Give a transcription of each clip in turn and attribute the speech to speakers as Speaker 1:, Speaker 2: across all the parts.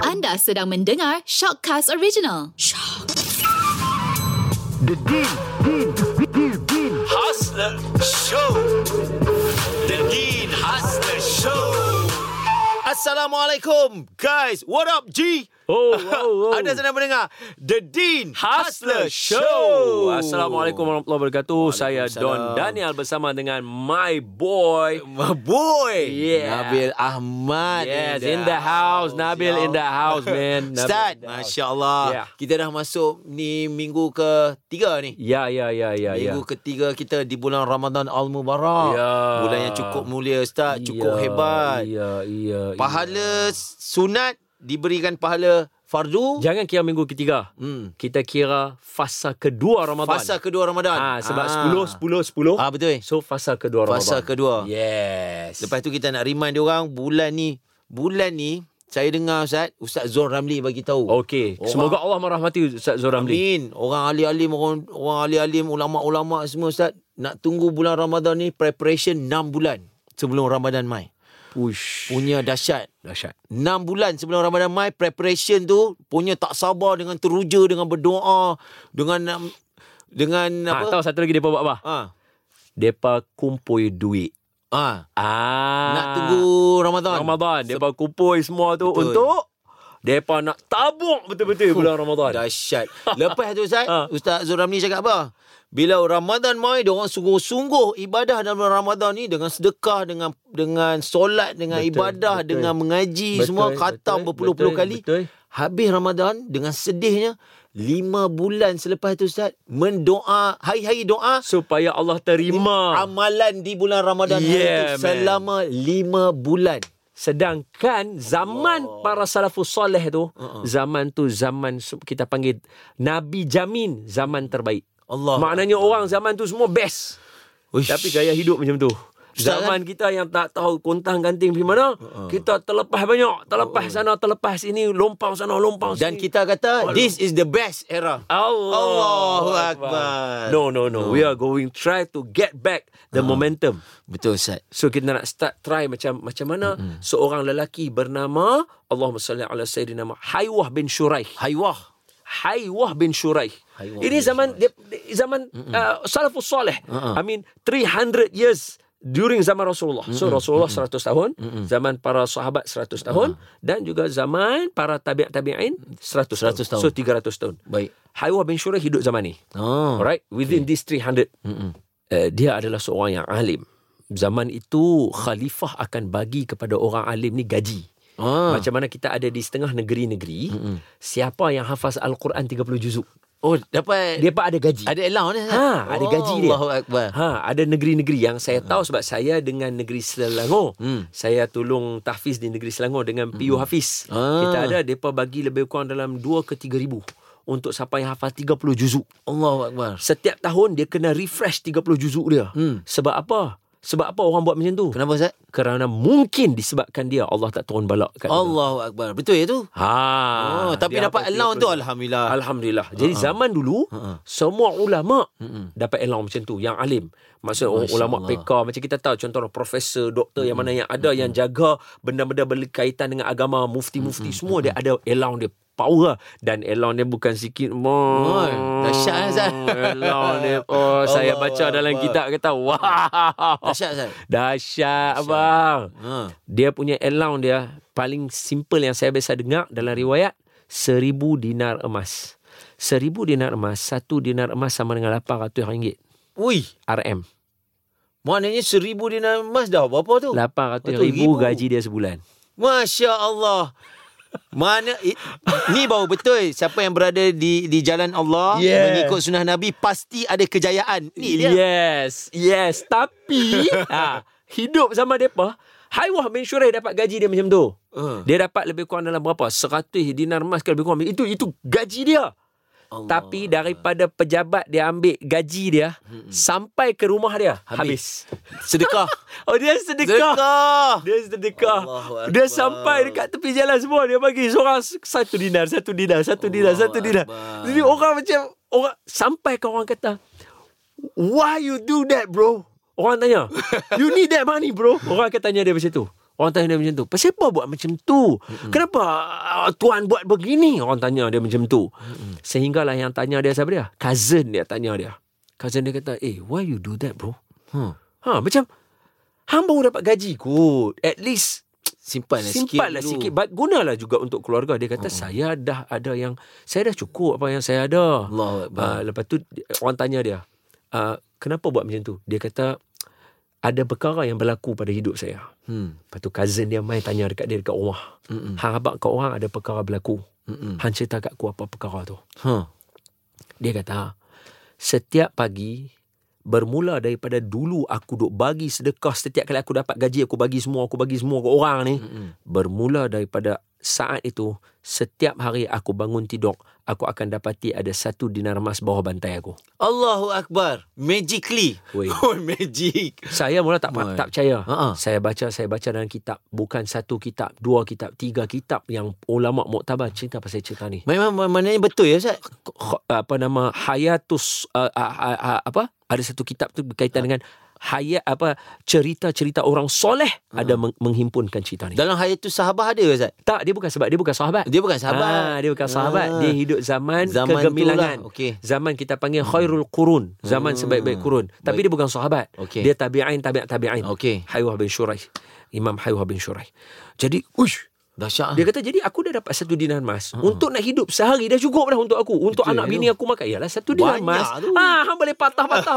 Speaker 1: Anda sedang mendengar Shockcast Original.
Speaker 2: The deal, deal, deal, deal.
Speaker 3: Hustler Show The Dean Hustler Show Assalamualaikum Guys, what up G?
Speaker 4: Oh, oh, oh.
Speaker 3: Anda sedang mendengar The Dean
Speaker 4: Hustler Show. Assalamualaikum warahmatullahi wabarakatuh. Saya Don Daniel bersama dengan my boy.
Speaker 3: My boy
Speaker 4: Yeah.
Speaker 3: Nabil Ahmad
Speaker 4: Yes, in the house. Nabil in the house, man. Nabil
Speaker 3: Ustaz,
Speaker 4: in the house.
Speaker 3: Masya Allah
Speaker 4: Yeah.
Speaker 3: Kita dah masuk ni minggu ketiga ni
Speaker 4: Ya, ya, ya, ya, ya.
Speaker 3: Minggu ketiga kita di bulan Ramadan Al-Mubarak
Speaker 4: Ya.
Speaker 3: Bulan yang cukup mulia Ustaz Cukup
Speaker 4: Ya,
Speaker 3: hebat
Speaker 4: Ya, ya. ya.
Speaker 3: Pahala sunat diberikan pahala fardu.
Speaker 4: Jangan kira minggu ketiga.
Speaker 3: Hmm.
Speaker 4: Kita kira fasa kedua Ramadan.
Speaker 3: Fasa kedua Ramadan.
Speaker 4: Ah, sebab
Speaker 3: Ah.
Speaker 4: 10 10 10.
Speaker 3: Ah betul.
Speaker 4: So fasa kedua Ramadan.
Speaker 3: Fasa kedua.
Speaker 4: Yes.
Speaker 3: Lepas tu kita nak remind dia orang bulan ni, bulan ni saya dengar Ustaz, Ustaz Zul Ramli bagi tahu.
Speaker 4: Okey.
Speaker 3: Orang-
Speaker 4: Semoga Allah merahmati Ustaz
Speaker 3: Oh,
Speaker 4: Zoramli.
Speaker 3: ah. Amin. Orang ahli-ahli orang, orang ahli-ahli ulama-ulama semua Ustaz nak tunggu bulan Ramadan ni preparation 6 bulan sebelum Ramadan mai.
Speaker 4: Push.
Speaker 3: Punya dahsyat.
Speaker 4: Dahsyat.
Speaker 3: 6 bulan sebelum Ramadan Mai preparation tu punya tak sabar dengan teruja dengan berdoa dengan um, dengan
Speaker 4: Ha,
Speaker 3: apa
Speaker 4: tahu satu lagi depa buat apa?
Speaker 3: ha
Speaker 4: Depa kumpul duit.
Speaker 3: ha
Speaker 4: Ah.
Speaker 3: nak tunggu Ramadan
Speaker 4: Ramadan. Depa kumpul semua tu
Speaker 3: Betul.
Speaker 4: Betul. untuk depa nak tabung betul-betul bulan Ramadan.
Speaker 3: dahsyat lepas tu Ustaz
Speaker 4: Ha.
Speaker 3: Ustaz Zuramni cakap apa bila Ramadan Mai dia orang sungguh-sungguh ibadah dalam Ramadan ni dengan sedekah dengan dengan solat dengan
Speaker 4: Betul,
Speaker 3: ibadah
Speaker 4: betul.
Speaker 3: dengan mengaji
Speaker 4: Betul,
Speaker 3: semua khatam
Speaker 4: betul,
Speaker 3: berpuluh-puluh
Speaker 4: betul,
Speaker 3: kali
Speaker 4: betul.
Speaker 3: habis Ramadan dengan sedihnya lima bulan selepas tu Ustaz mendoa hari-hari doa
Speaker 4: Supaya Allah terima.
Speaker 3: amalan di bulan Ramadan hari itu
Speaker 4: Yeah, man.
Speaker 3: selama lima bulan.
Speaker 4: Sedangkan zaman
Speaker 3: Allah.
Speaker 4: para salafus soleh tu, uh-uh. zaman tu zaman su- kita panggil Nabi jamin zaman terbaik.
Speaker 3: Allah.
Speaker 4: Maknanya orang zaman tu semua best.
Speaker 3: Uish.
Speaker 4: Tapi gaya hidup macam tu.
Speaker 3: Ustaz, eh?
Speaker 4: Zaman kita yang tak tahu kontang ganting pergi mana, kita terlepas banyak, terlepas sana, terlepas sini, lompang sana, lompang
Speaker 3: dan
Speaker 4: sini.
Speaker 3: kita kata
Speaker 4: Aduh.
Speaker 3: this is the best era.
Speaker 4: Allah
Speaker 3: Allahu Akbar. Ha.
Speaker 4: No, no, no. We are going try to get back the momentum.
Speaker 3: Betul Ustaz.
Speaker 4: So kita nak start try macam macam mana mm-hmm. seorang lelaki bernama Allahumma salli ala sayyidina Muhammad Haywah bin Shuraih.
Speaker 3: Haywah.
Speaker 4: Haywah bin Shuraih.
Speaker 3: Haywah
Speaker 4: Ini
Speaker 3: bin Uh-uh.
Speaker 4: zaman dia, dia- zaman uh, salafus soleh.
Speaker 3: Mm-mm.
Speaker 4: I mean 300 years during zaman Rasulullah. So Rasulullah 100 tahun, zaman para sahabat 100 tahun
Speaker 3: Uh-huh.
Speaker 4: dan juga zaman para tabi' tabi'in
Speaker 3: 100
Speaker 4: 100,
Speaker 3: tahun.
Speaker 4: tahun. So 300 tahun.
Speaker 3: Baik.
Speaker 4: Haywah bin Shuraih hidup zaman ni.
Speaker 3: Oh.
Speaker 4: Alright, within these 300.
Speaker 3: Mm-mm.
Speaker 4: Uh, dia adalah seorang yang alim. Zaman itu khalifah akan bagi kepada orang alim ni gaji.
Speaker 3: Ah. Hmm.
Speaker 4: Macam mana kita ada di setengah negeri-negeri, mm siapa yang hafaz Al-Quran 30 juzuk,
Speaker 3: Oh, dapat
Speaker 4: dia pak ada gaji.
Speaker 3: ada allowance ni. Ustaz?
Speaker 4: Ha, ada gaji dia.
Speaker 3: Allahu Akbar.
Speaker 4: Ha, ada negeri-negeri yang saya tahu sebab saya dengan negeri Selangor.
Speaker 3: Hmm.
Speaker 4: Saya tolong tahfiz di negeri Selangor dengan PU Hafiz.
Speaker 3: Ah.
Speaker 4: Kita ada depa bagi lebih kurang dalam 2 ke 3 ribu untuk siapa yang hafaz 30 juzuk.
Speaker 3: Allahu Akbar.
Speaker 4: Setiap tahun dia kena refresh 30 juzuk dia.
Speaker 3: Hmm.
Speaker 4: Sebab apa? Sebab apa orang buat macam tu?
Speaker 3: Kenapa Ustaz?
Speaker 4: Kerana mungkin disebabkan dia Allah tak turun balak kat dia.
Speaker 3: Allahu Akbar. Betul ya tu?
Speaker 4: Ha.
Speaker 3: Oh, tapi
Speaker 4: dia
Speaker 3: dapat
Speaker 4: hafaz
Speaker 3: allowance tu Ha.
Speaker 4: 30.
Speaker 3: alhamdulillah.
Speaker 4: Alhamdulillah. Jadi zaman dulu
Speaker 3: Ha-ha.
Speaker 4: semua ulama dapat allowance macam tu yang alim. Maksud orang
Speaker 3: Masya
Speaker 4: ulama
Speaker 3: Allah. Hmm.
Speaker 4: PK macam kita tahu contohnya profesor, doktor yang mana yang ada yang jaga benda-benda berkaitan dengan agama, mufti-mufti
Speaker 3: Hmm,
Speaker 4: semua dia ada allowance dia power lah. dan allowance dia bukan sikit
Speaker 3: Oh,
Speaker 4: more.
Speaker 3: dahsyat lah, Ustaz.
Speaker 4: Allowance dia. Oh, saya
Speaker 3: Allah
Speaker 4: baca dalam
Speaker 3: Akbar.
Speaker 4: kitab kata wow.
Speaker 3: Dahsyat Ustaz.
Speaker 4: Dahsyat abang.
Speaker 3: Ha.
Speaker 4: Dia punya allowance dia paling simple yang saya biasa dengar dalam riwayat seribu dinar emas. Seribu dinar emas, satu dinar emas sama dengan RM800 ringgit.
Speaker 3: Ui,
Speaker 4: RM.
Speaker 3: maknanya seribu dinar emas dah berapa Oh. tu?
Speaker 4: RM800
Speaker 3: Betul,
Speaker 4: ribu
Speaker 3: ribu.
Speaker 4: gaji dia sebulan.
Speaker 3: Masya Allah. Mana i- ni baru betul siapa yang berada di di jalan Allah
Speaker 4: Yeah.
Speaker 3: mengikut sunnah Nabi pasti ada kejayaan. Ni dia.
Speaker 4: Yes, yes. Tapi ha, hidup sama depa, Haiwah bin Shuraih dapat gaji dia macam tu.
Speaker 3: Uh,
Speaker 4: Dia dapat lebih kurang dalam berapa? 100 dinar emas ke lebih kurang. Itu itu gaji dia.
Speaker 3: Allah.
Speaker 4: Tapi daripada pejabat dia ambil gaji dia hmm. sampai ke rumah dia habis.
Speaker 3: Habis. sedekah.
Speaker 4: Oh dia sedekah.
Speaker 3: sedekah.
Speaker 4: Dia sedekah.
Speaker 3: Allahu Akbar.
Speaker 4: Dia sampai dekat tepi jalan semua dia bagi seorang satu dinar, satu dinar, satu dinar,
Speaker 3: Allahu
Speaker 4: satu dinar.
Speaker 3: Akbar.
Speaker 4: Jadi orang macam orang sampai ke orang kata, "Why you do that, bro?" Orang tanya, "You need that money, bro." Orang akan tanya dia macam tu. Orang tanya dia macam tu. Pasal apa buat macam tu? Mm-hmm. Kenapa uh, Tuhan buat begini? Orang tanya dia macam tu. Mm-hmm. Sehinggalah yang tanya dia siapa dia? Cousin dia tanya dia. Cousin dia kata, eh, why you do that bro?
Speaker 3: Hmm.
Speaker 4: Ha, macam, hang baru dapat gaji kot. At least
Speaker 3: Simpan lah sikit.
Speaker 4: Simpanlah
Speaker 3: dulu.
Speaker 4: sikit. But gunalah juga untuk keluarga. Dia kata, saya dah ada yang, saya dah cukup apa yang saya ada.
Speaker 3: Allahu Akbar.
Speaker 4: Uh, lepas tu di- orang tanya dia, uh, kenapa buat macam tu? Dia kata ada perkara yang berlaku pada hidup saya.
Speaker 3: Hmm.
Speaker 4: Lepas tu cousin dia main tanya dekat dia dekat rumah.
Speaker 3: Mm-mm.
Speaker 4: Hang abang kat orang ada perkara berlaku.
Speaker 3: Mm-mm.
Speaker 4: Hang cerita kat aku apa perkara tu.
Speaker 3: hmm, Ha.
Speaker 4: Dia kata, "Ha, setiap pagi bermula daripada dulu aku duk bagi sedekah setiap kali aku dapat gaji aku bagi semua aku bagi semua ke orang ni
Speaker 3: Mm-mm.
Speaker 4: bermula daripada saat itu setiap hari aku bangun tidur aku akan dapati ada satu dinar emas bawah bantai aku
Speaker 3: Allahu Akbar. Magically.
Speaker 4: Woi.
Speaker 3: Oh, magic.
Speaker 4: Saya mula tak
Speaker 3: Mai.
Speaker 4: tak percaya.
Speaker 3: Ha-ha.
Speaker 4: Saya baca, saya baca dalam kitab. Bukan satu kitab, dua kitab, tiga kitab yang ulama muktabar cerita pasal cerita ni.
Speaker 3: Memang memang- maknanya betul ya Ustaz?
Speaker 4: Kh- Apa nama Hayatus uh, uh, uh, uh, apa? Ada satu kitab
Speaker 3: Ah.
Speaker 4: tu berkaitan dengan hayat apa cerita-cerita orang soleh
Speaker 3: Ah.
Speaker 4: ada meng- menghimpunkan cerita ni.
Speaker 3: Dalam hayatus sahabah ada ke Ustaz?
Speaker 4: tak dia bukan sebab dia bukan sahabat.
Speaker 3: Dia bukan sahabat.
Speaker 4: Ah, dia bukan sahabat.
Speaker 3: Ah.
Speaker 4: Dia hidup zaman,
Speaker 3: Zaman tu
Speaker 4: kegemilangan.
Speaker 3: lah. Okey.
Speaker 4: Zaman kita panggil khairul qurun, zaman
Speaker 3: Hmm.
Speaker 4: sebaik-baik kurun. Tapi
Speaker 3: Baik.
Speaker 4: dia bukan sahabat.
Speaker 3: Okey.
Speaker 4: Dia tabi'in, tabi' tabi'in.
Speaker 3: Okey.
Speaker 4: Haywah bin Shuraih. Imam Haywah bin Shuraih. Jadi, uish,
Speaker 3: Dahsyat. lah.
Speaker 4: dia kata jadi aku dah dapat satu dinar emas. Untuk nak hidup sehari dah cukup dah untuk aku. Untuk
Speaker 3: Ah. Betul,
Speaker 4: anak
Speaker 3: ya.
Speaker 4: bini aku makan. Yalah satu dinar
Speaker 3: Banyak
Speaker 4: emas.
Speaker 3: tu.
Speaker 4: Ah, hang boleh patah-patah.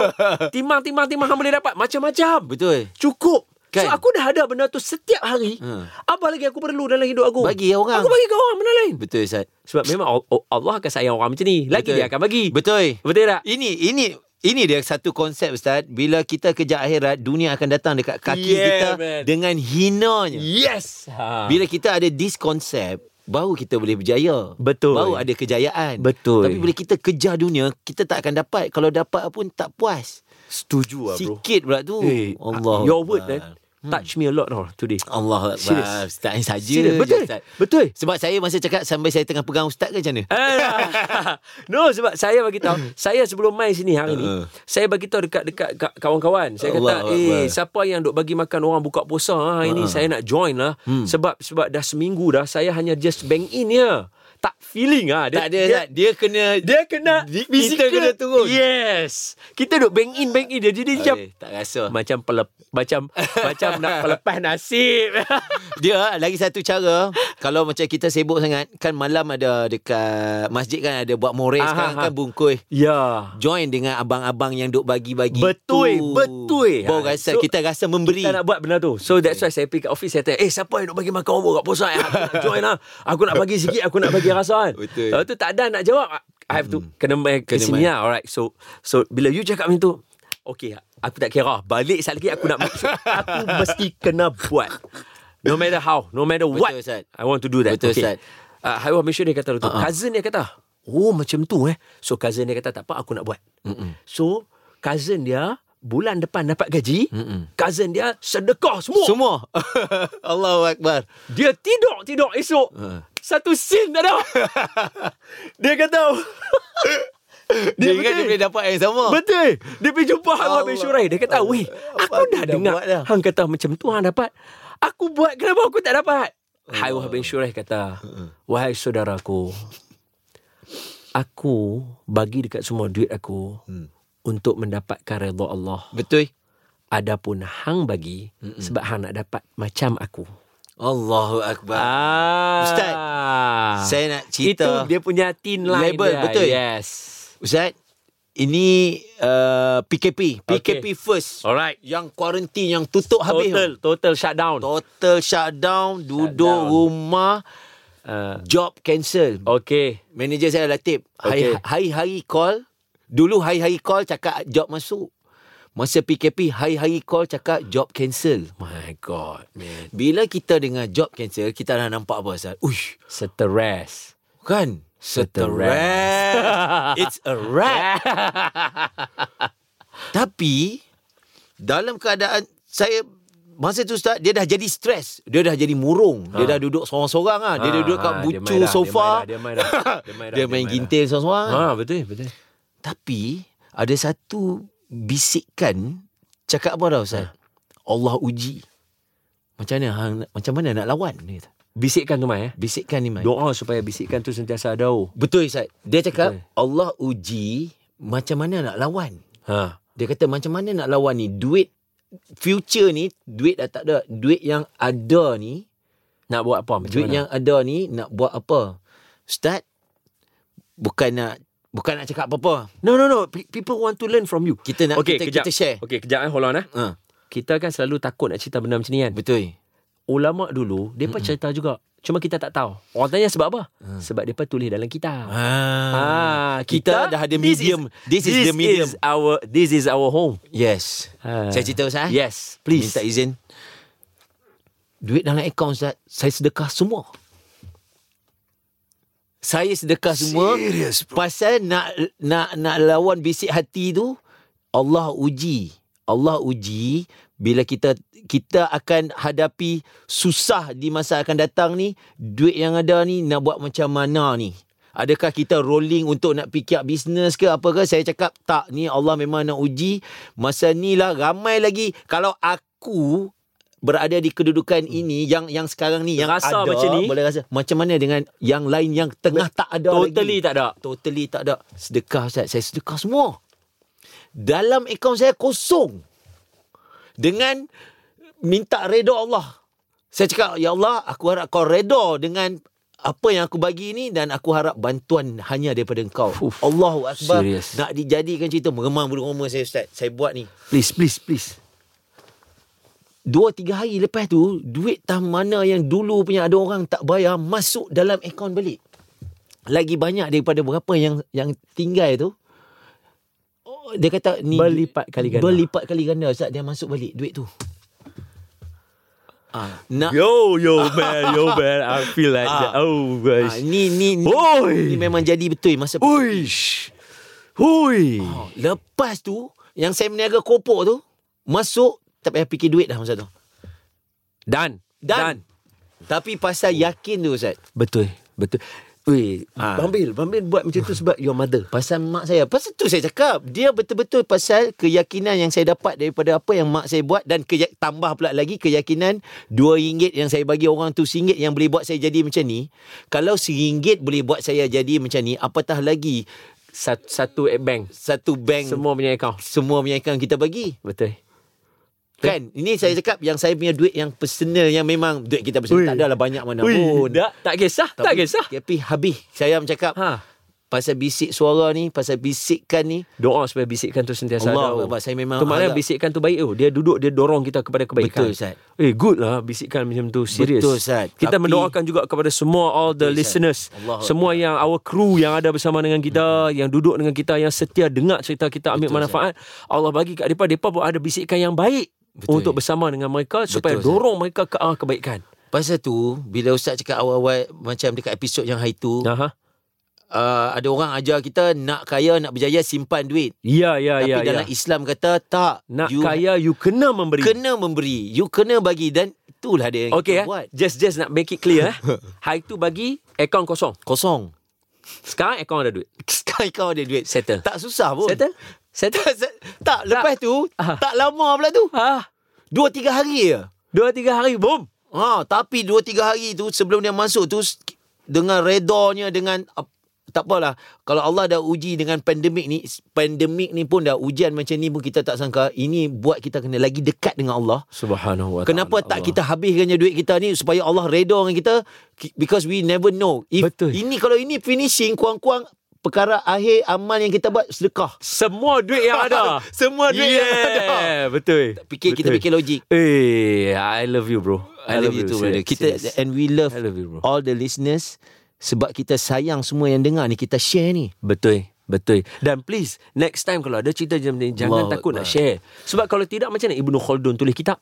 Speaker 4: Timang-timang-timang hang boleh dapat macam-macam.
Speaker 3: Betul.
Speaker 4: Cukup.
Speaker 3: Kan?
Speaker 4: So aku dah ada benda tu setiap hari.
Speaker 3: Ha.
Speaker 4: Apa lagi aku perlu dalam hidup aku?
Speaker 3: Bagi ya orang.
Speaker 4: Oh. Aku bagi ke orang benda lain.
Speaker 3: Betul Ustaz.
Speaker 4: Sebab memang Al- Al- Allah akan sayang orang macam ni. Lagi
Speaker 3: Betul.
Speaker 4: dia akan bagi.
Speaker 3: Betul.
Speaker 4: Betul tak?
Speaker 3: Ini ini ini dia satu konsep Ustaz. Bila kita kejar akhirat, dunia akan datang dekat kaki
Speaker 4: Yeah,
Speaker 3: kita
Speaker 4: man.
Speaker 3: dengan hinanya.
Speaker 4: Yes. Ha.
Speaker 3: Bila kita ada this konsep, baru kita boleh berjaya.
Speaker 4: Betul.
Speaker 3: Baru ada kejayaan.
Speaker 4: Betul.
Speaker 3: Tapi bila kita kejar dunia, kita tak akan dapat. Kalau dapat pun tak puas.
Speaker 4: setuju lah bro.
Speaker 3: Sikit pula tu.
Speaker 4: Eh,
Speaker 3: Allah.
Speaker 4: Your word man. Touch me a lot now today.
Speaker 3: Allah
Speaker 4: Serious.
Speaker 3: Akbar. Ustaz ni saja.
Speaker 4: Serious.
Speaker 3: je,
Speaker 4: Betul.
Speaker 3: Ustaz.
Speaker 4: Betul.
Speaker 3: Sebab saya masa cakap sampai saya tengah pegang Ustaz ke macam mana?
Speaker 4: Ah, no sebab saya bagi tahu saya sebelum main sini hari ni
Speaker 3: Uh-uh.
Speaker 4: saya bagi tahu dekat dekat ka- kawan-kawan saya
Speaker 3: Allah
Speaker 4: kata eh
Speaker 3: Akbar. Uh-uh.
Speaker 4: siapa yang duk bagi makan orang buka puasa ha, hari ni saya nak join lah
Speaker 3: Hmm.
Speaker 4: sebab sebab dah seminggu dah saya hanya just bang in ya tak feeling ah
Speaker 3: Tak ada Ustaz. Dia kena
Speaker 4: dia kena
Speaker 3: Di-
Speaker 4: physical.
Speaker 3: Kita kena turun.
Speaker 4: yes kita duk bang in bang in dia jadi macam
Speaker 3: Okey, tak rasa.
Speaker 4: macam pelep, macam macam nak pelepas nasib
Speaker 3: Dia ah, lagi satu cara Kalau macam kita sibuk sangat Kan malam ada dekat Masjid kan ada buat moreh
Speaker 4: Aha,
Speaker 3: Sekarang
Speaker 4: aha.
Speaker 3: kan bungkus
Speaker 4: ya
Speaker 3: Join dengan abang-abang yang duk bagi-bagi
Speaker 4: Betul,
Speaker 3: tu.
Speaker 4: betul.
Speaker 3: Baru
Speaker 4: Ha,
Speaker 3: rasa
Speaker 4: so,
Speaker 3: Kita rasa memberi
Speaker 4: Kita nak buat benda tu So that's why saya pergi kat office Saya tanya Eh siapa yang nak bagi makan orang kat posan eh, Aku nak join lah Aku nak bagi sikit Aku nak bagi rasa kan
Speaker 3: Betul. Hmm.
Speaker 4: Lepas tu tak ada nak jawab I have to Kena main ke
Speaker 3: Kena main.
Speaker 4: sini lah Alright so So bila you cakap macam tu Okay Aku tak kira Balik sekali lagi Aku nak Aku mesti kena buat No matter how No matter what
Speaker 3: Betul, Ustaz.
Speaker 4: I want to do that
Speaker 3: Betul, Ustaz.
Speaker 4: okay. Uh, Haiwan Malaysia dia kata tu uh-huh. Cousin dia kata Oh macam tu eh So cousin dia kata tak apa aku nak buat Mm-mm. So cousin dia Bulan depan dapat gaji Mm-mm. Cousin dia sedekah semua Sem-
Speaker 3: Semua Allahu Akbar
Speaker 4: Dia tidur-tidur esok uh. Satu sin tak ada Dia kata
Speaker 3: Dia, dia ingat dia boleh dapat yang sama
Speaker 4: Betul Dia pergi jumpa Haiwan
Speaker 3: Oh. Allah.
Speaker 4: bin Syurai Dia kata Weh aku
Speaker 3: aku
Speaker 4: dah
Speaker 3: dah
Speaker 4: dengar
Speaker 3: buat dah?"
Speaker 4: Hang kata macam tu Hang dapat Aku buat Kenapa aku tak dapat Haiwan bin Syurai kata Wahai saudaraku Aku Bagi dekat semua duit aku
Speaker 3: Hmm.
Speaker 4: Untuk mendapatkan redha Allah
Speaker 3: Betul
Speaker 4: Adapun hang bagi Sebab hang nak dapat Macam aku
Speaker 3: Allahu Akbar
Speaker 4: Ah,
Speaker 3: Ustaz, Saya nak
Speaker 4: Itu
Speaker 3: cerita
Speaker 4: dia punya tin line
Speaker 3: Label,
Speaker 4: dia.
Speaker 3: betul.
Speaker 4: Yes
Speaker 3: Ustaz Ini uh, PKP PKP
Speaker 4: Okey.
Speaker 3: first
Speaker 4: Alright
Speaker 3: Yang kuarantin Yang tutup habis
Speaker 4: Total Total shutdown
Speaker 3: Total shutdown Duduk
Speaker 4: Shutdown.
Speaker 3: rumah
Speaker 4: uh,
Speaker 3: Job cancel
Speaker 4: Okay
Speaker 3: Manager saya Latif hari,
Speaker 4: Okey.
Speaker 3: Hari-hari call Dulu hari-hari call Cakap job masuk Masa PKP Hari-hari call Cakap job cancel
Speaker 4: My God man
Speaker 3: Bila kita dengar job cancel Kita dah nampak apa Ustaz Uish
Speaker 4: Stress
Speaker 3: Kan Stress It's a wrap Tapi Dalam keadaan Saya Masa tu Ustaz Dia dah jadi stres Dia dah jadi murung ha. Dia dah duduk seorang-seorang lah. Dia
Speaker 4: Ah,
Speaker 3: ha, duduk kat
Speaker 4: ah, dia
Speaker 3: bucu
Speaker 4: main dah,
Speaker 3: sofa
Speaker 4: Dia main dah Dia main dah
Speaker 3: Dia main
Speaker 4: dah.
Speaker 3: gintil seorang-seorang ha.
Speaker 4: Ah betul betul
Speaker 3: Tapi Ada satu Bisikan Cakap apa tau Ustaz ha. Allah uji Macam mana hang, macam mana nak lawan ni?
Speaker 4: Bisikkan tu Mai eh.
Speaker 3: Bisikkan ni Mai.
Speaker 4: Doa supaya bisikan tu sentiasa ada. oh.
Speaker 3: Betul Ustaz. Dia cakap Betul. Allah uji macam mana nak lawan.
Speaker 4: Ha.
Speaker 3: Dia kata macam mana nak lawan ni? Duit future ni, duit dah tak ada. Duit yang ada ni,
Speaker 4: Nak buat apa macam
Speaker 3: duit
Speaker 4: mana?
Speaker 3: yang ada ni nak buat apa? Ustaz, bukan nak bukan nak cakap apa-apa.
Speaker 4: No no no, Pe- people want to learn from you.
Speaker 3: Kita nak
Speaker 4: Okey,
Speaker 3: kita,
Speaker 4: kejap.
Speaker 3: kita share.
Speaker 4: Okey, kejap eh, hold on eh.
Speaker 3: Ha,
Speaker 4: Kita kan selalu takut nak cerita benda macam ni kan.
Speaker 3: betul.
Speaker 4: Ulama dulu, depa cerita juga. Cuma kita tak tahu. Orang tanya sebab apa? Sebab depa tulis dalam kitab. Ah,
Speaker 3: kita, dah ada
Speaker 4: this is-
Speaker 3: medium. This is, this is the medium.
Speaker 4: Is our this is our home.
Speaker 3: Yes.
Speaker 4: Ah.
Speaker 3: Saya cerita Ustaz.
Speaker 4: Yes, please.
Speaker 3: Minta izin. Duit dalam akaun Ustaz, saya sedekah semua. Saya sedekah semua
Speaker 4: Serious, bro.
Speaker 3: pasal nak nak nak lawan bisik hati tu Allah uji. Allah uji bila kita kita akan hadapi susah di masa akan datang ni, duit yang ada ni nak buat macam mana ni? Adakah kita rolling untuk nak fikir bisnes ke apa ke? Saya cakap tak. Ni Allah memang nak uji. Masa ni lah ramai lagi. Kalau aku berada di kedudukan ini yang yang sekarang ni yang
Speaker 4: Rasa
Speaker 3: ada,
Speaker 4: macam ni.
Speaker 3: boleh rasa macam mana dengan yang lain yang tengah tak ada
Speaker 4: Totally
Speaker 3: lagi
Speaker 4: tak ada.
Speaker 3: totally tak ada sedekah Ustaz saya sedekah semua dalam akaun saya kosong dengan minta reda Allah saya cakap ya Allah aku harap kau reda dengan apa yang aku bagi ni dan aku harap bantuan hanya daripada engkau
Speaker 4: Fuh.
Speaker 3: Allahu akbar
Speaker 4: Serious.
Speaker 3: nak dijadikan cerita meremang bulu roma saya Ustaz saya buat ni
Speaker 4: Please, please, please.
Speaker 3: Dua tiga hari lepas tu Duit tah mana yang dulu punya Ada orang tak bayar Masuk dalam akaun balik Lagi banyak daripada berapa yang yang tinggal tu Oh, Dia kata ni
Speaker 4: Berlipat kali ganda.
Speaker 3: Berlipat kali ganda Ustaz dia masuk balik duit tu ah, Nak
Speaker 4: Yo, yo, man, yo, man. I feel like
Speaker 3: Ah.
Speaker 4: that. Oh,
Speaker 3: ah,
Speaker 4: gosh.
Speaker 3: Ni ni ni,
Speaker 4: Oi.
Speaker 3: ni memang jadi betul Masa
Speaker 4: Uish. Hui.
Speaker 3: Lepas tu Yang saya meniaga kopok tu Masuk Tak payah fikir duit dah masa tu
Speaker 4: Dan.
Speaker 3: Dan, Tapi pasal yakin tu Ustaz
Speaker 4: Betul. Betul. Ui,
Speaker 3: Ah.
Speaker 4: Bambil, Bambil buat macam tu sebab your mother.
Speaker 3: Pasal mak saya Pasal tu saya cakap Dia betul-betul pasal Keyakinan yang saya dapat Daripada apa yang mak saya buat Dan keya- tambah pula lagi Keyakinan RM2 yang saya bagi orang tu RM1 yang boleh buat saya jadi macam ni Kalau RM1 boleh buat saya jadi macam ni Apatah lagi
Speaker 4: Satu, satu at bank.
Speaker 3: Satu bank Semua,
Speaker 4: Semua punya account.
Speaker 3: semua punya account kita bagi
Speaker 4: Betul.
Speaker 3: Kan Ini saya cakap Yang saya punya duit yang personal Yang memang Duit kita personal
Speaker 4: Ui.
Speaker 3: Tak adalah banyak mana
Speaker 4: Ui,
Speaker 3: pun
Speaker 4: tak, tak kisah, tak
Speaker 3: Tapi-
Speaker 4: kisah.
Speaker 3: Tapi habis Saya cakap
Speaker 4: Ha.
Speaker 3: Pasal bisik suara ni Pasal bisikkan ni
Speaker 4: Doa supaya bisikkan tu sentiasa
Speaker 3: Allah,
Speaker 4: ada.
Speaker 3: Abang, saya memang
Speaker 4: Tu maknanya
Speaker 3: agak-
Speaker 4: bisikkan tu baik tu.
Speaker 3: Oh,
Speaker 4: Dia duduk, dia dorong kita kepada kebaikan.
Speaker 3: Betul, Ustaz.
Speaker 4: Eh, good lah bisikkan macam tu. Serius.
Speaker 3: Betul, Ustaz.
Speaker 4: Kita
Speaker 3: Tapi-
Speaker 4: mendoakan juga kepada semua all
Speaker 3: Betul,
Speaker 4: the
Speaker 3: Ustaz.
Speaker 4: listeners.
Speaker 3: Allah
Speaker 4: semua yang our crew yang ada bersama dengan kita, yang duduk dengan kita, yang setia dengar cerita kita, ambil
Speaker 3: Betul,
Speaker 4: manfaat. Allah bagi kat depa, depa pun ada bisikkan yang baik.
Speaker 3: Betul.
Speaker 4: Untuk bersama dengan mereka supaya
Speaker 3: Ustaz.
Speaker 4: dorong mereka ke arah kebaikan.
Speaker 3: Pasal tu bila ustaz cakap awal-awal macam dekat episod yang hari tu
Speaker 4: Aha.
Speaker 3: uh, ada orang ajar kita nak kaya nak berjaya simpan duit.
Speaker 4: Ya, ya,
Speaker 3: Tapi
Speaker 4: ya. ya.
Speaker 3: dalam Islam kata tak.
Speaker 4: Nak
Speaker 3: you ha-
Speaker 4: kaya, you kena memberi.
Speaker 3: kena memberi, you kena bagi dan itulah dia yang
Speaker 4: Okay,
Speaker 3: kita buat.
Speaker 4: eh. just just nak make it clear. Eh. Hari tu bagi akaun kosong.
Speaker 3: Kosong.
Speaker 4: Sekarang akaun ada duit.
Speaker 3: Sekarang kau ada duit.
Speaker 4: Settle.
Speaker 3: Tak susah pun.
Speaker 4: Settle?
Speaker 3: Settle. Tak, tak lepas tu
Speaker 4: Ah.
Speaker 3: tak lama pula tu.
Speaker 4: Ah,
Speaker 3: Dua tiga hari je.
Speaker 4: dua tiga hari boom.
Speaker 3: Ha, tapi 2 3 hari tu sebelum dia masuk tu s- dengan redanya dengan ap- tak apalah. Kalau Allah dah uji dengan pandemik ni, s- pandemik ni pun dah ujian macam ni pun kita tak sangka. Ini buat kita kena lagi dekat dengan Allah.
Speaker 4: Subhanallah.
Speaker 3: Kenapa tak kita habiskannya duit kita ni supaya Allah reda dengan kita Ki- because we never know. If
Speaker 4: Betul.
Speaker 3: ini kalau ini finishing kuang-kuang perkara akhir amal yang kita buat sedekah.
Speaker 4: semua duit yang ada.
Speaker 3: Semua duit
Speaker 4: yeah,
Speaker 3: yang ada.
Speaker 4: betul.
Speaker 3: Fikir kita
Speaker 4: Betul.
Speaker 3: fikir logik.
Speaker 4: Eh, I love you bro.
Speaker 3: I love you too brother.
Speaker 4: Serious,
Speaker 3: Kita
Speaker 4: serious.
Speaker 3: and we love,
Speaker 4: I love you, bro.
Speaker 3: all the listeners sebab kita sayang semua yang dengar ni kita share ni.
Speaker 4: Betul Betul Dan please Next time kalau ada cerita macam ni Jangan
Speaker 3: Allah
Speaker 4: takut nak
Speaker 3: Akbar.
Speaker 4: share Sebab kalau tidak Macam mana Ibnu Khaldun tulis kitab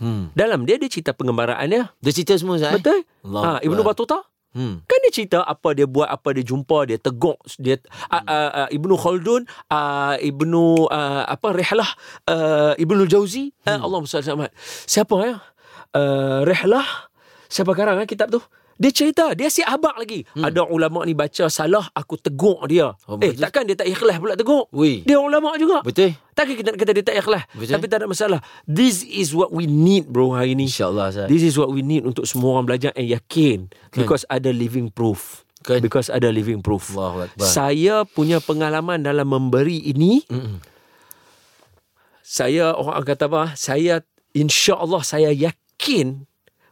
Speaker 4: hmm. Dalam dia Dia cerita pengembaraannya
Speaker 3: Dia cerita semua Zai.
Speaker 4: Betul
Speaker 3: Allah
Speaker 4: ha, Ibnu
Speaker 3: Akbar.
Speaker 4: Battuta
Speaker 3: Hmm.
Speaker 4: Kan dia cerita apa dia buat, apa dia jumpa, dia tegok, dia hmm. uh, uh, uh, Ibnu Khaldun, uh, Ibnu uh, apa Rihlah, uh, Ibnu Jauzi, hmm. uh, Allah Subhanahu Siapa ya? Uh, Rihlah. Siapa karang eh, kitab tu? Dia cerita, dia si abak lagi. Hmm. Ada ulama ni baca salah, aku tegur dia.
Speaker 3: Oh,
Speaker 4: Oh, eh,
Speaker 3: betul.
Speaker 4: takkan dia tak ikhlas pula tegur?
Speaker 3: Ui.
Speaker 4: Dia ulama juga.
Speaker 3: Betul?
Speaker 4: Takkan kita nak kata dia tak ikhlas.
Speaker 3: Betul.
Speaker 4: Tapi tak ada masalah. This is what we need bro hari ni.
Speaker 3: InsyaAllah Azhar.
Speaker 4: This is what we need untuk semua orang belajar and yakin. Because ada living proof.
Speaker 3: Kan.
Speaker 4: Because ada living proof.
Speaker 3: Allahu Akbar.
Speaker 4: Saya punya pengalaman dalam memberi ini. Saya, orang kata apa, saya insyaAllah saya yakin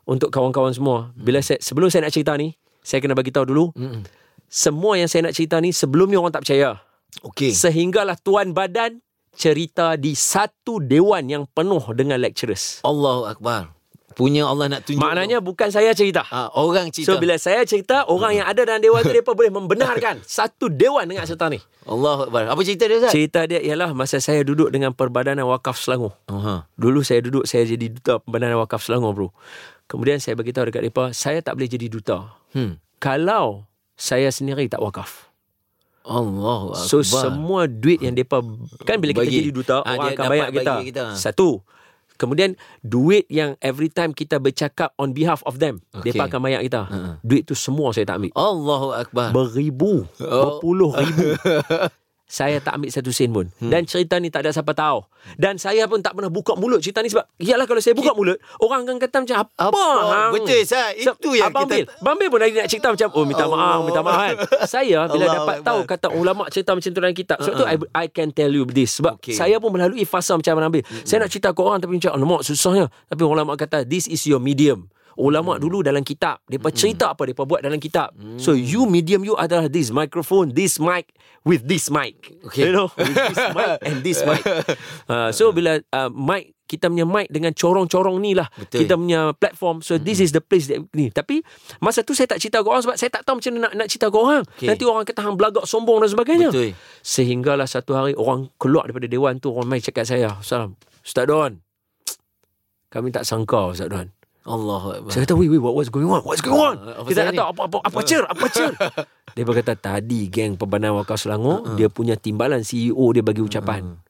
Speaker 4: untuk kawan-kawan semua. Bila saya, sebelum saya nak cerita ni, saya kena bagi tahu dulu. Semua yang saya nak cerita ni sebelum ni orang tak percaya.
Speaker 3: Okey.
Speaker 4: Sehinggalah tuan badan cerita di satu dewan yang penuh dengan lecturers.
Speaker 3: Allahu Akbar. Punya Allah nak tunjuk.
Speaker 4: Maknanya bukan saya cerita.
Speaker 3: tu. ah, orang cerita.
Speaker 4: So bila saya cerita orang yang ada dalam dewan tu depa boleh membenarkan satu dewan dengan cerita ni.
Speaker 3: Allahu Akbar. Apa cerita dia Ustaz?
Speaker 4: Cerita dia ialah masa saya duduk dengan Perbadanan Wakaf Selangor.
Speaker 3: Aha.
Speaker 4: Dulu saya duduk saya jadi duta Perbadanan Wakaf Selangor bro. Kemudian saya beritahu dekat depa saya tak boleh jadi duta
Speaker 3: Hmm.
Speaker 4: kalau saya sendiri tak wakaf.
Speaker 3: Allahu Akbar.
Speaker 4: So semua duit yang depa kan bila kita
Speaker 3: Bagi.
Speaker 4: jadi duta
Speaker 3: Ah,
Speaker 4: orang
Speaker 3: dia
Speaker 4: akan
Speaker 3: dapat
Speaker 4: bayar kita.
Speaker 3: bagi kita.
Speaker 4: Satu. Kemudian duit yang every time kita bercakap on behalf of them,
Speaker 3: Okay.
Speaker 4: okay. depa akan bayar kita.
Speaker 3: Uh-uh.
Speaker 4: Duit tu semua saya tak ambil.
Speaker 3: Allahu Akbar.
Speaker 4: Beribu,
Speaker 3: Oh.
Speaker 4: berpuluh ribu. saya tak ambil satu sen pun. Hmm. Dan cerita ni tak ada siapa tahu. Dan saya pun tak pernah buka mulut cerita ni sebab iyalah kalau saya buka mulut, orang akan kata macam apa?
Speaker 3: Apa?
Speaker 4: hang?"
Speaker 3: Betul, Sat.
Speaker 4: Sebab
Speaker 3: Itu yang
Speaker 4: Abang
Speaker 3: kita-
Speaker 4: Bil, Bambil pun hari ni nak cerita macam Oh minta
Speaker 3: Allah.
Speaker 4: maaf Minta maaf kan Saya bila
Speaker 3: Allah
Speaker 4: dapat
Speaker 3: Akbar.
Speaker 4: tahu Kata ulama cerita macam tu dalam kitab Sebab tu I, I can tell you this Sebab
Speaker 3: Okay.
Speaker 4: okay. saya pun melalui fasa macam Abang Bil Saya nak cerita ke orang Tapi macam Alamak susahnya Tapi ulama kata This is your medium Ulama
Speaker 3: Mm.
Speaker 4: dulu dalam kitab Mereka cerita apa Mereka buat dalam kitab So you medium you adalah This microphone This mic With this mic
Speaker 3: Okay.
Speaker 4: You know With this mic And this mic uh, So bila uh, mic kita punya mic dengan corong-corong ni lah
Speaker 3: Betul.
Speaker 4: kita punya platform so this is the place that ni tapi masa tu saya tak cerita ke orang sebab saya tak tahu macam mana nak nak cerita ke orang
Speaker 3: Okey.
Speaker 4: okay. nanti orang kata hang belagak sombong dan sebagainya
Speaker 3: Betul.
Speaker 4: sehinggalah satu hari orang keluar daripada dewan tu orang mai cakap saya salam Ustaz Don kami tak sangka Ustaz Don
Speaker 3: Allahu Akbar.
Speaker 4: saya kata wait wait what, what's going on what's going on
Speaker 3: Ah, apa
Speaker 4: kita
Speaker 3: saya
Speaker 4: tak
Speaker 3: ni?
Speaker 4: tahu apa apa apa cer apa cer dia berkata tadi geng pembenar wakaf Selangor
Speaker 3: Uh-uh.
Speaker 4: dia punya timbalan CEO dia bagi ucapan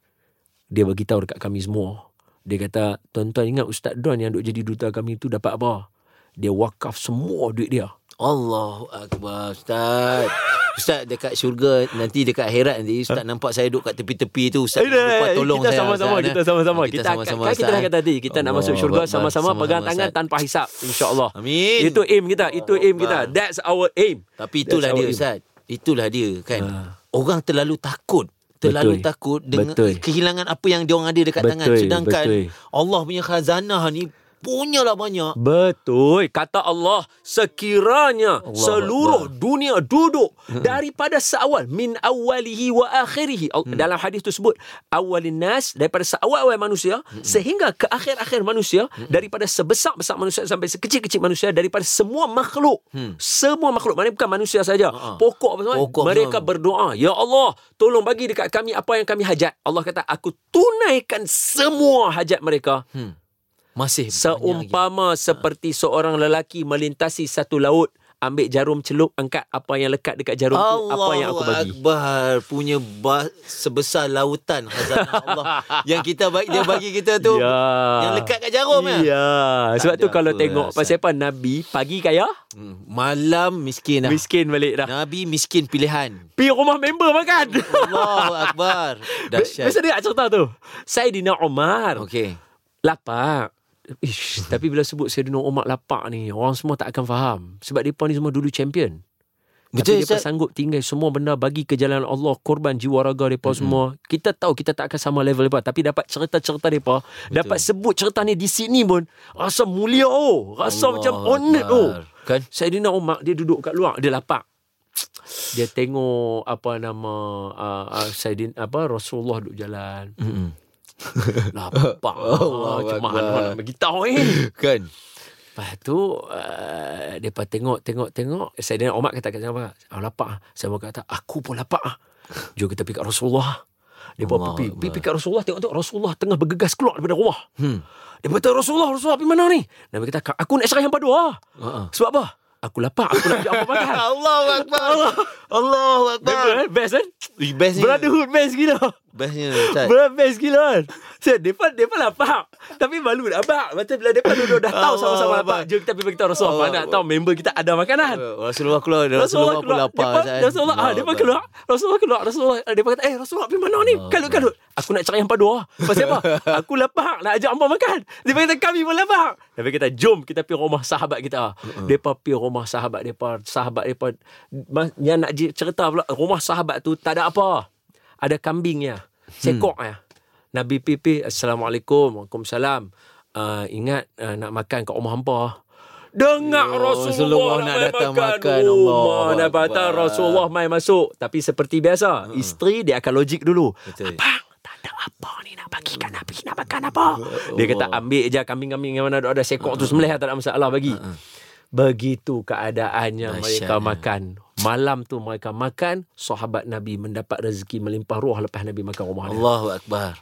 Speaker 4: dia bagi tahu dekat kami semua. Dia kata, tuan-tuan ingat Ustaz Don yang duk jadi duta kami tu dapat apa? Dia wakaf semua duit dia.
Speaker 3: Allahu Akbar Ustaz Ustaz dekat syurga Nanti dekat akhirat nanti Ustaz nampak saya duduk kat tepi-tepi tu Ustaz lupa tolong
Speaker 4: eh, kita
Speaker 3: saya
Speaker 4: sama-sama,
Speaker 3: Ustaz,
Speaker 4: kita
Speaker 3: eh.
Speaker 4: sama-sama.
Speaker 3: Kita
Speaker 4: Kita,
Speaker 3: sama-sama
Speaker 4: kan kita
Speaker 3: Ustaz,
Speaker 4: dah
Speaker 3: eh?
Speaker 4: kata tadi, kita nak
Speaker 3: Allah
Speaker 4: masuk syurga
Speaker 3: Akbar,
Speaker 4: sama-sama pegang
Speaker 3: sama-sama,
Speaker 4: tangan
Speaker 3: Ustaz.
Speaker 4: tanpa hisap. InsyaAllah.
Speaker 3: Amin.
Speaker 4: Itu aim kita. Itu aim kita.
Speaker 3: Akbar.
Speaker 4: That's our aim.
Speaker 3: Tapi itulah
Speaker 4: That's
Speaker 3: dia
Speaker 4: our aim.
Speaker 3: Ustaz Itulah dia kan
Speaker 4: Ah.
Speaker 3: Orang terlalu takut Terlalu
Speaker 4: Betul.
Speaker 3: takut Dengan
Speaker 4: Betul.
Speaker 3: kehilangan apa yang diorang ada dekat
Speaker 4: Betul,
Speaker 3: tangan Sedangkan
Speaker 4: betul.
Speaker 3: Allah punya khazanah ni Punyalah banyak
Speaker 4: Betul. Kata Allah, sekiranya
Speaker 3: Allah
Speaker 4: seluruh dunia duduk daripada seawal min awalihi wa akhirihi. Al- Dalam hadis tu sebut awalin nas daripada seawal-awal manusia sehingga ke akhir-akhir manusia daripada sebesar-besar manusia sampai sekecil-kecil manusia daripada semua makhluk. Semua makhluk maknanya bukan manusia saja.
Speaker 3: Ha-ha.
Speaker 4: Pokok apa semua
Speaker 3: Pokok
Speaker 4: mereka
Speaker 3: semua.
Speaker 4: berdoa, "Ya Allah, tolong bagi dekat kami apa yang kami hajat." Allah kata, "Aku tunaikan semua hajat mereka."
Speaker 3: Masih banyak
Speaker 4: Seumpama
Speaker 3: Ha.
Speaker 4: seperti seorang lelaki melintasi satu laut, ambil jarum celup, angkat apa yang lekat dekat jarum tu,
Speaker 3: Allah
Speaker 4: apa yang aku bagi.
Speaker 3: Akbar punya ba- sebesar lautan khazanah Allah yang kita bagi dia bagi kita tu yang lekat kat jarum
Speaker 4: ya.
Speaker 3: ya.
Speaker 4: Ya.
Speaker 3: Tak
Speaker 4: Sebab
Speaker 3: ada
Speaker 4: tu kalau
Speaker 3: apa
Speaker 4: tengok
Speaker 3: rasa.
Speaker 4: pasal apa Nabi pagi kaya,
Speaker 3: Hmm, Malam miskin dah.
Speaker 4: miskin balik dah.
Speaker 3: Nabi miskin pilihan.
Speaker 4: Pergi rumah member makan.
Speaker 3: Allahu Akbar.
Speaker 4: Biasa
Speaker 3: Dahsyat.
Speaker 4: dia nak cerita tu. Saidina Umar.
Speaker 3: Okey.
Speaker 4: Lapak. Ish, tapi bila sebut Saidina Umar lapak ni, orang semua tak akan faham. Sebab mereka ni semua dulu champion.
Speaker 3: Betul
Speaker 4: Tapi dia
Speaker 3: Ustaz.
Speaker 4: sanggup tinggal semua benda bagi ke jalan Allah, korban jiwa raga mereka mm-hmm. semua. Kita tahu kita tak akan sama level mereka, tapi dapat cerita-cerita mereka, dapat sebut cerita ni di sini pun rasa mulia oh, rasa
Speaker 3: Allah
Speaker 4: macam honoured oh.
Speaker 3: Akbar. Kan?
Speaker 4: Saidina Umar dia duduk kat luar, dia lapak. Dia tengok apa nama uh, uh, Saidin apa Rasulullah duduk jalan.
Speaker 3: Mm-mm.
Speaker 4: Lapak.
Speaker 3: Allah
Speaker 4: Ah, Macam
Speaker 3: Akbar.
Speaker 4: mana nak bagi tahu eh.
Speaker 3: Kan?
Speaker 4: Lepas tu uh, Mereka tengok Tengok Tengok Saya dengar Omar kata kat saya apa ah, Lapak ah." Saya pun kata Aku pun lapak ah." Jom kita pergi kat Rasulullah Dia
Speaker 3: Allah
Speaker 4: pun pergi
Speaker 3: Akbar.
Speaker 4: Pergi pergi kat Rasulullah Tengok tengok Rasulullah tengah bergegas keluar daripada rumah
Speaker 3: Hmm.
Speaker 4: Dia kata Rasulullah Rasulullah pergi mana ni Nabi kata "Kak, Aku nak serang hang padua
Speaker 3: Ha-ha.
Speaker 4: Sebab apa Aku lapar Aku nak ambil apa makan
Speaker 3: Allahu Akbar. Allahu Akbar.
Speaker 4: Member eh Best eh
Speaker 3: Eh, Best ni.
Speaker 4: Brotherhood best gila
Speaker 3: Bestnya Ustaz.
Speaker 4: Berbest gila kan Saya depan depan lah faham Tapi malu nak abang Macam bila depan duduk dah tahu
Speaker 3: Allah,
Speaker 4: sama-sama
Speaker 3: abang.
Speaker 4: lapar Jom kita pergi beritahu Rasulullah
Speaker 3: Allah,
Speaker 4: Abang nak tahu member kita ada makanan
Speaker 3: Rasulullah keluar Rasulullah, Rasulullah pun lapar
Speaker 4: depan,
Speaker 3: Ustaz.
Speaker 4: Rasulullah ah, depan
Speaker 3: Allah.
Speaker 4: keluar Rasulullah keluar Rasulullah ah, depan kata Eh Rasulullah pergi mana ni Kalut-kalut Aku nak cari yang padu lah Pasal apa Aku lapar Nak ajak abang makan Dia kata kami pun lapar Dia kata jom kita pergi rumah sahabat kita Depa pergi rumah sahabat Depa sahabat depa Ma- Yang nak je- cerita pula Rumah sahabat tu tak ada apa Ada kambingnya Sekok ya Nabi PP Assalamualaikum Waalaikumsalam uh, Ingat uh, nak makan kat rumah hampa Dengar
Speaker 3: Ya, Rasulullah
Speaker 4: Rasulullah,
Speaker 3: nak
Speaker 4: nak mai
Speaker 3: datang
Speaker 4: makan,
Speaker 3: makan,
Speaker 4: rumah
Speaker 3: Allah
Speaker 4: Nak datang
Speaker 3: Akbar. Ha.
Speaker 4: Rasulullah mai masuk Tapi seperti biasa Isteri dia akan logik dulu
Speaker 3: Betul. Ha.
Speaker 4: Abang tak ada apa ni nak bagikan Nabi Nak makan apa
Speaker 3: Ya
Speaker 4: Dia kata ambil je kambing-kambing Yang mana ada ada sekok
Speaker 3: Ha.
Speaker 4: tu sembelih lah, Tak ada masalah bagi Begitu keadaannya
Speaker 3: Masya
Speaker 4: mereka
Speaker 3: Allah.
Speaker 4: makan Malam tu mereka makan Sahabat Nabi mendapat rezeki melimpah ruah Lepas Nabi makan rumah dia
Speaker 3: Allahu Akbar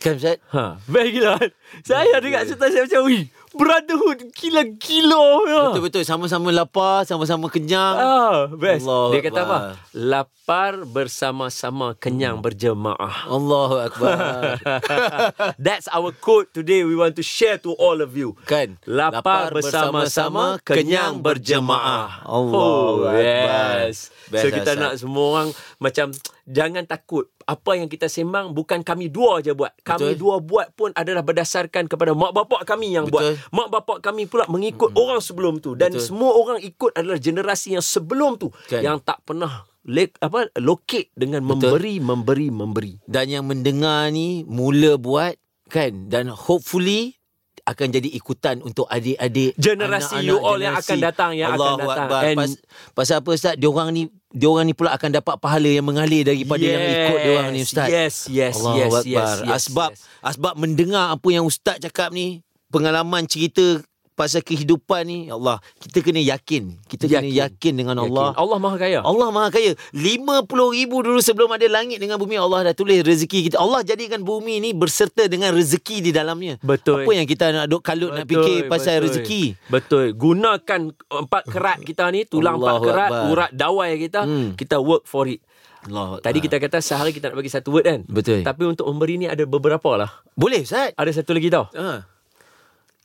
Speaker 3: Kan Ustaz
Speaker 4: Ha, baik gila kan? Saya dengar cerita saya macam, wih, brotherhood gila-gila. punya."
Speaker 3: Betul-betul Sama-sama lapar Sama-sama kenyang
Speaker 4: Ah, best.
Speaker 3: Allahu
Speaker 4: Dia kata apa?
Speaker 3: Akbar.
Speaker 4: Lapar bersama-sama, kenyang berjemaah.
Speaker 3: Allahu Akbar
Speaker 4: That's our code today we want to share to all of you.
Speaker 3: Kan
Speaker 4: Lapar bersama-sama, kenyang berjemaah.
Speaker 3: Allahu Akbar
Speaker 4: Best, so
Speaker 3: Best,
Speaker 4: kita
Speaker 3: Ustaz.
Speaker 4: nak semua orang macam jangan takut. Apa yang kita sembang bukan kami dua je buat. Kami
Speaker 3: Betul.
Speaker 4: dua buat pun adalah berdasarkan kepada mak bapak kami yang
Speaker 3: Betul.
Speaker 4: buat. Mak bapak kami pula mengikut orang sebelum tu dan
Speaker 3: Betul.
Speaker 4: semua orang ikut adalah generasi yang sebelum tu
Speaker 3: Kan.
Speaker 4: yang tak pernah le- apa locate dengan
Speaker 3: Betul.
Speaker 4: memberi memberi memberi.
Speaker 3: Dan yang mendengar ni Mula buat Kan Dan hopefully akan jadi ikutan untuk adik-adik
Speaker 4: Generasi
Speaker 3: anak-anak,
Speaker 4: you all yang akan datang, yang akan
Speaker 3: Allahu
Speaker 4: datang.
Speaker 3: Akbar.
Speaker 4: And-
Speaker 3: Pas, pasal apa Ustaz diorang ni diorang ni pula akan dapat pahala yang mengalir daripada yang ikut diorang ni Ustaz
Speaker 4: Yes, yes,
Speaker 3: Allahu
Speaker 4: yes,
Speaker 3: Akbar.
Speaker 4: yes, yes.
Speaker 3: Asbab
Speaker 4: yes.
Speaker 3: asbab mendengar apa yang ustaz cakap ni, pengalaman cerita pasal kehidupan ni, ya Allah, kita kena yakin. Kita yakin. kena yakin dengan Allah.
Speaker 4: Allah Maha Kaya.
Speaker 3: Allah Maha Kaya. 50 ribu dulu sebelum ada langit dengan bumi Allah dah tulis rezeki kita. Allah jadikan bumi ni berserta dengan rezeki di dalamnya.
Speaker 4: Betul.
Speaker 3: Apa yang kita nak duk kalut nak fikir pasal
Speaker 4: betul.
Speaker 3: rezeki.
Speaker 4: Betul. Gunakan empat kerat kita ni, tulang empat
Speaker 3: Allahu
Speaker 4: kerat,
Speaker 3: Akbar.
Speaker 4: urat dawai kita,
Speaker 3: Hmm.
Speaker 4: kita work for it.
Speaker 3: Allah.
Speaker 4: Tadi kita kata sehari kita nak bagi satu word kan?
Speaker 3: Betul.
Speaker 4: Tapi untuk memberi ni ada beberapa lah.
Speaker 3: boleh Ustaz?
Speaker 4: Ada satu lagi tau.
Speaker 3: Ha.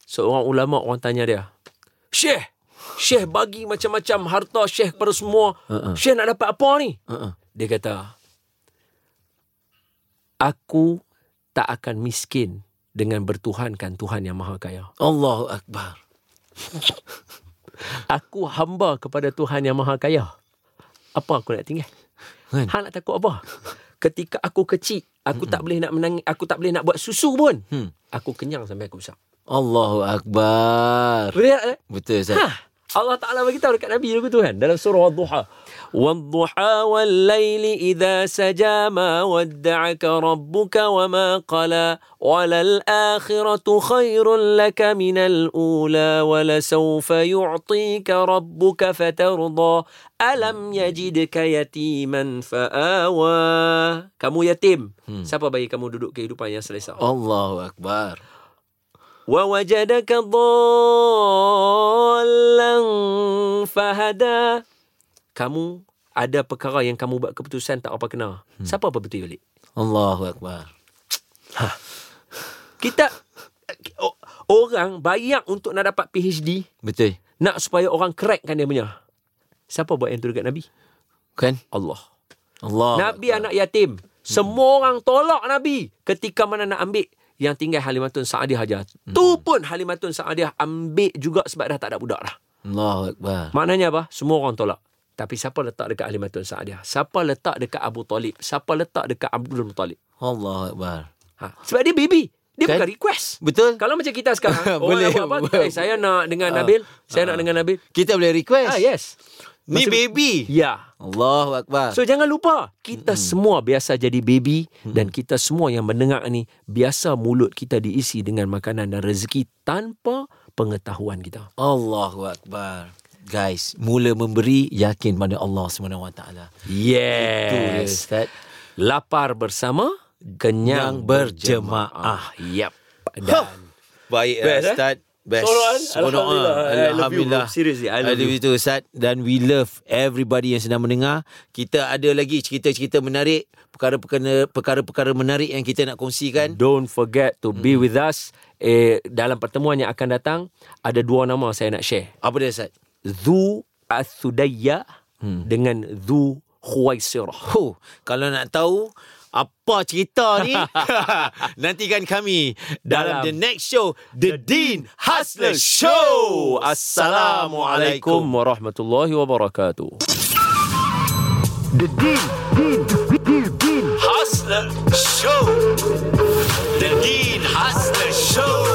Speaker 4: Seorang ulama orang tanya dia. Syekh, Syekh bagi macam-macam harta Syekh kepada semua.
Speaker 3: Uh-uh.
Speaker 4: Syekh nak dapat apa ni?
Speaker 3: Ha.
Speaker 4: Dia kata, Aku tak akan miskin dengan bertuhankan Tuhan yang Maha Kaya.
Speaker 3: Allahu Akbar.
Speaker 4: Aku hamba kepada Tuhan yang Maha Kaya. Apa aku nak tinggal?
Speaker 3: Kan?
Speaker 4: Hang nak takut apa? Ketika aku kecil, aku tak boleh nak menang, aku tak boleh nak buat susu pun.
Speaker 3: Hmm.
Speaker 4: Aku kenyang sampai aku besar.
Speaker 3: Allahu Akbar.
Speaker 4: Boleh tak? eh?
Speaker 3: Betul Ustaz.
Speaker 4: Ha. Allah Ta'ala bagi tahu dekat Nabi dulu tu kan dalam surah Ad-Duha. Wad-duha wal laili idza saja ma wadda'aka rabbuka wa ma qala walal akhiratu khairul laka minal ula wa la sawfa yu'tika rabbuka fatarda alam yajidka yatiman fa'awa. Kamu yatim. Siapa bagi kamu duduk kehidupan yang selesa?
Speaker 3: Allahu Akbar.
Speaker 4: ووجدك ضالا فهدى kamu ada perkara yang kamu buat keputusan tak apa kena hmm. siapa apa betul balik
Speaker 3: Allahu Akbar.
Speaker 4: kita o- orang bayar untuk nak dapat PhD
Speaker 3: Betul.
Speaker 4: nak supaya orang crackkan dia punya siapa buat yang tu dekat nabi
Speaker 3: Kan?
Speaker 4: Allah Hmm.
Speaker 3: Allah.
Speaker 4: Nabi anak yatim. Semua orang tolak Nabi ketika mana nak ambil yang tinggal Halimatun Saadiah aja. Tu pun Halimatun Saadiah ambil juga sebab dah tak ada budak dah.
Speaker 3: Allahu Akbar.
Speaker 4: Maknanya apa? Semua orang tolak. Tapi siapa letak dekat Halimatun Saadiah? Siapa letak dekat Abu Talib? Siapa letak dekat Abdul Muttalib?
Speaker 3: Allahu Akbar.
Speaker 4: Ha. Sebab dia baby. Dia
Speaker 3: Kan?
Speaker 4: bukan request.
Speaker 3: Betul?
Speaker 4: Kalau macam kita sekarang, orang
Speaker 3: Boleh. Ah.
Speaker 4: nak buat apa? Eh, saya nak dengan Nabil. Saya nak dengan Nabil.
Speaker 3: Kita boleh request.
Speaker 4: Ah, yes.
Speaker 3: Ni
Speaker 4: Macam-
Speaker 3: baby.
Speaker 4: Ya.
Speaker 3: Allahu Akbar.
Speaker 4: So jangan lupa kita
Speaker 3: Hmm.
Speaker 4: semua biasa jadi baby dan kita semua yang mendengar ni biasa mulut kita diisi dengan makanan dan rezeki tanpa pengetahuan kita.
Speaker 3: Allahu Akbar. Guys, mula memberi yakin pada Allah SWT.
Speaker 4: Yes.
Speaker 3: Ustaz.
Speaker 4: Lapar bersama kenyang
Speaker 3: Kenyang berjemaah.
Speaker 4: berjemaah. Yap.
Speaker 3: Huh.
Speaker 4: Dan
Speaker 3: Baik
Speaker 4: Best, eh?
Speaker 3: Ustaz. Best.
Speaker 4: Soron,
Speaker 3: Seronok, ah.
Speaker 4: Alhamdulillah. I love you, bro.
Speaker 3: Alhamdulillah.
Speaker 4: Seriously, I love you.
Speaker 3: itu Ustaz dan we love everybody yang sedang mendengar. Kita ada lagi cerita-cerita menarik, perkara-perkara perkara-perkara menarik yang kita nak kongsikan.
Speaker 4: Don't forget to
Speaker 3: Hmm.
Speaker 4: be with us. Eh, dalam pertemuan yang akan datang, ada dua nama saya nak share.
Speaker 3: Apa dia Ustaz?
Speaker 4: Zu Asudaya
Speaker 3: Hmm.
Speaker 4: dengan Zu Khuwaisirah.
Speaker 3: Huh, kalau nak tahu apa cerita ni nantikan kami dalam,
Speaker 4: Dalam
Speaker 3: the next show The Dean Hustler Show.
Speaker 4: Assalamualaikum
Speaker 3: Assalamualaikum.
Speaker 4: warahmatullahi wabarakatuh.
Speaker 2: The Dean, Dean, Dean, Dean.
Speaker 3: Hustler Show. The Dean Hustler Show.